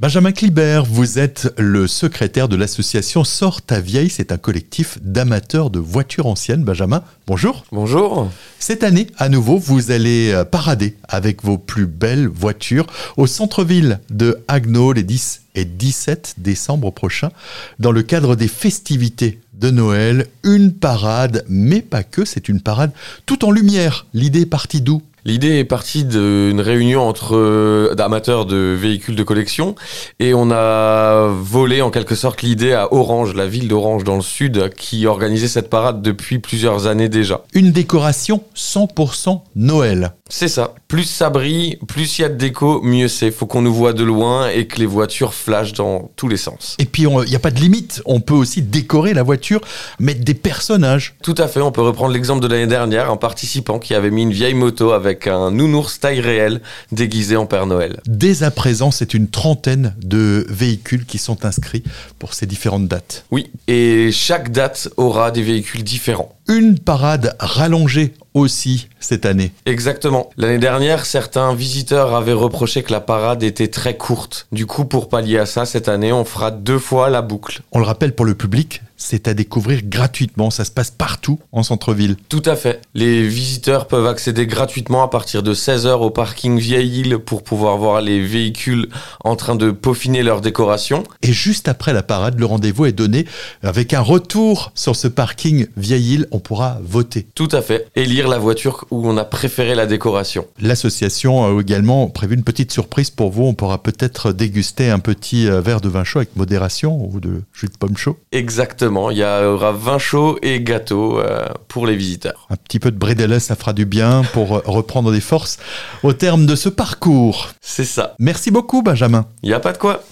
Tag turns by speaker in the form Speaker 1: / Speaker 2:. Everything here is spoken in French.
Speaker 1: Benjamin Clibert, vous êtes le secrétaire de l'association Sors ta vieille. C'est un collectif d'amateurs de voitures anciennes. Benjamin, bonjour.
Speaker 2: Bonjour.
Speaker 1: Cette année, à nouveau, vous allez euh, parader avec vos plus belles voitures au centre-ville de Haguenau les 10 et 17 décembre prochains dans le cadre des festivités de Noël. Une parade, mais pas que, c'est une parade tout en lumière. L'idée est partie d'où
Speaker 2: L'idée est partie d'une réunion entre euh, amateurs de véhicules de collection et on a volé en quelque sorte l'idée à Orange, la ville d'Orange dans le sud, qui organisait cette parade depuis plusieurs années déjà.
Speaker 1: Une décoration 100% Noël.
Speaker 2: C'est ça. Plus ça brille, plus il y a de déco, mieux c'est. Faut qu'on nous voit de loin et que les voitures flashent dans tous les sens.
Speaker 1: Et puis, il n'y a pas de limite. On peut aussi décorer la voiture, mettre des personnages.
Speaker 2: Tout à fait. On peut reprendre l'exemple de l'année dernière, un participant qui avait mis une vieille moto avec avec un nounours taille réelle déguisé en Père Noël.
Speaker 1: Dès à présent, c'est une trentaine de véhicules qui sont inscrits pour ces différentes dates.
Speaker 2: Oui, et chaque date aura des véhicules différents.
Speaker 1: Une parade rallongée aussi cette année.
Speaker 2: Exactement. L'année dernière, certains visiteurs avaient reproché que la parade était très courte. Du coup, pour pallier à ça, cette année, on fera deux fois la boucle.
Speaker 1: On le rappelle pour le public, c'est à découvrir gratuitement. Ça se passe partout en centre-ville.
Speaker 2: Tout à fait. Les visiteurs peuvent accéder gratuitement à partir de 16h au parking Vieille-Île pour pouvoir voir les véhicules en train de peaufiner leur décoration.
Speaker 1: Et juste après la parade, le rendez-vous est donné avec un retour sur ce parking Vieille-Île. On pourra voter.
Speaker 2: Tout à fait. Élire la voiture où on a préféré la décoration.
Speaker 1: L'association a également prévu une petite surprise pour vous. On pourra peut-être déguster un petit euh, verre de vin chaud avec modération ou de jus de pomme chaud.
Speaker 2: Exactement. Il y aura vin chaud et gâteau euh, pour les visiteurs.
Speaker 1: Un petit peu de brédalès, ça fera du bien pour euh, reprendre des forces au terme de ce parcours.
Speaker 2: C'est ça.
Speaker 1: Merci beaucoup, Benjamin.
Speaker 2: Il n'y a pas de quoi.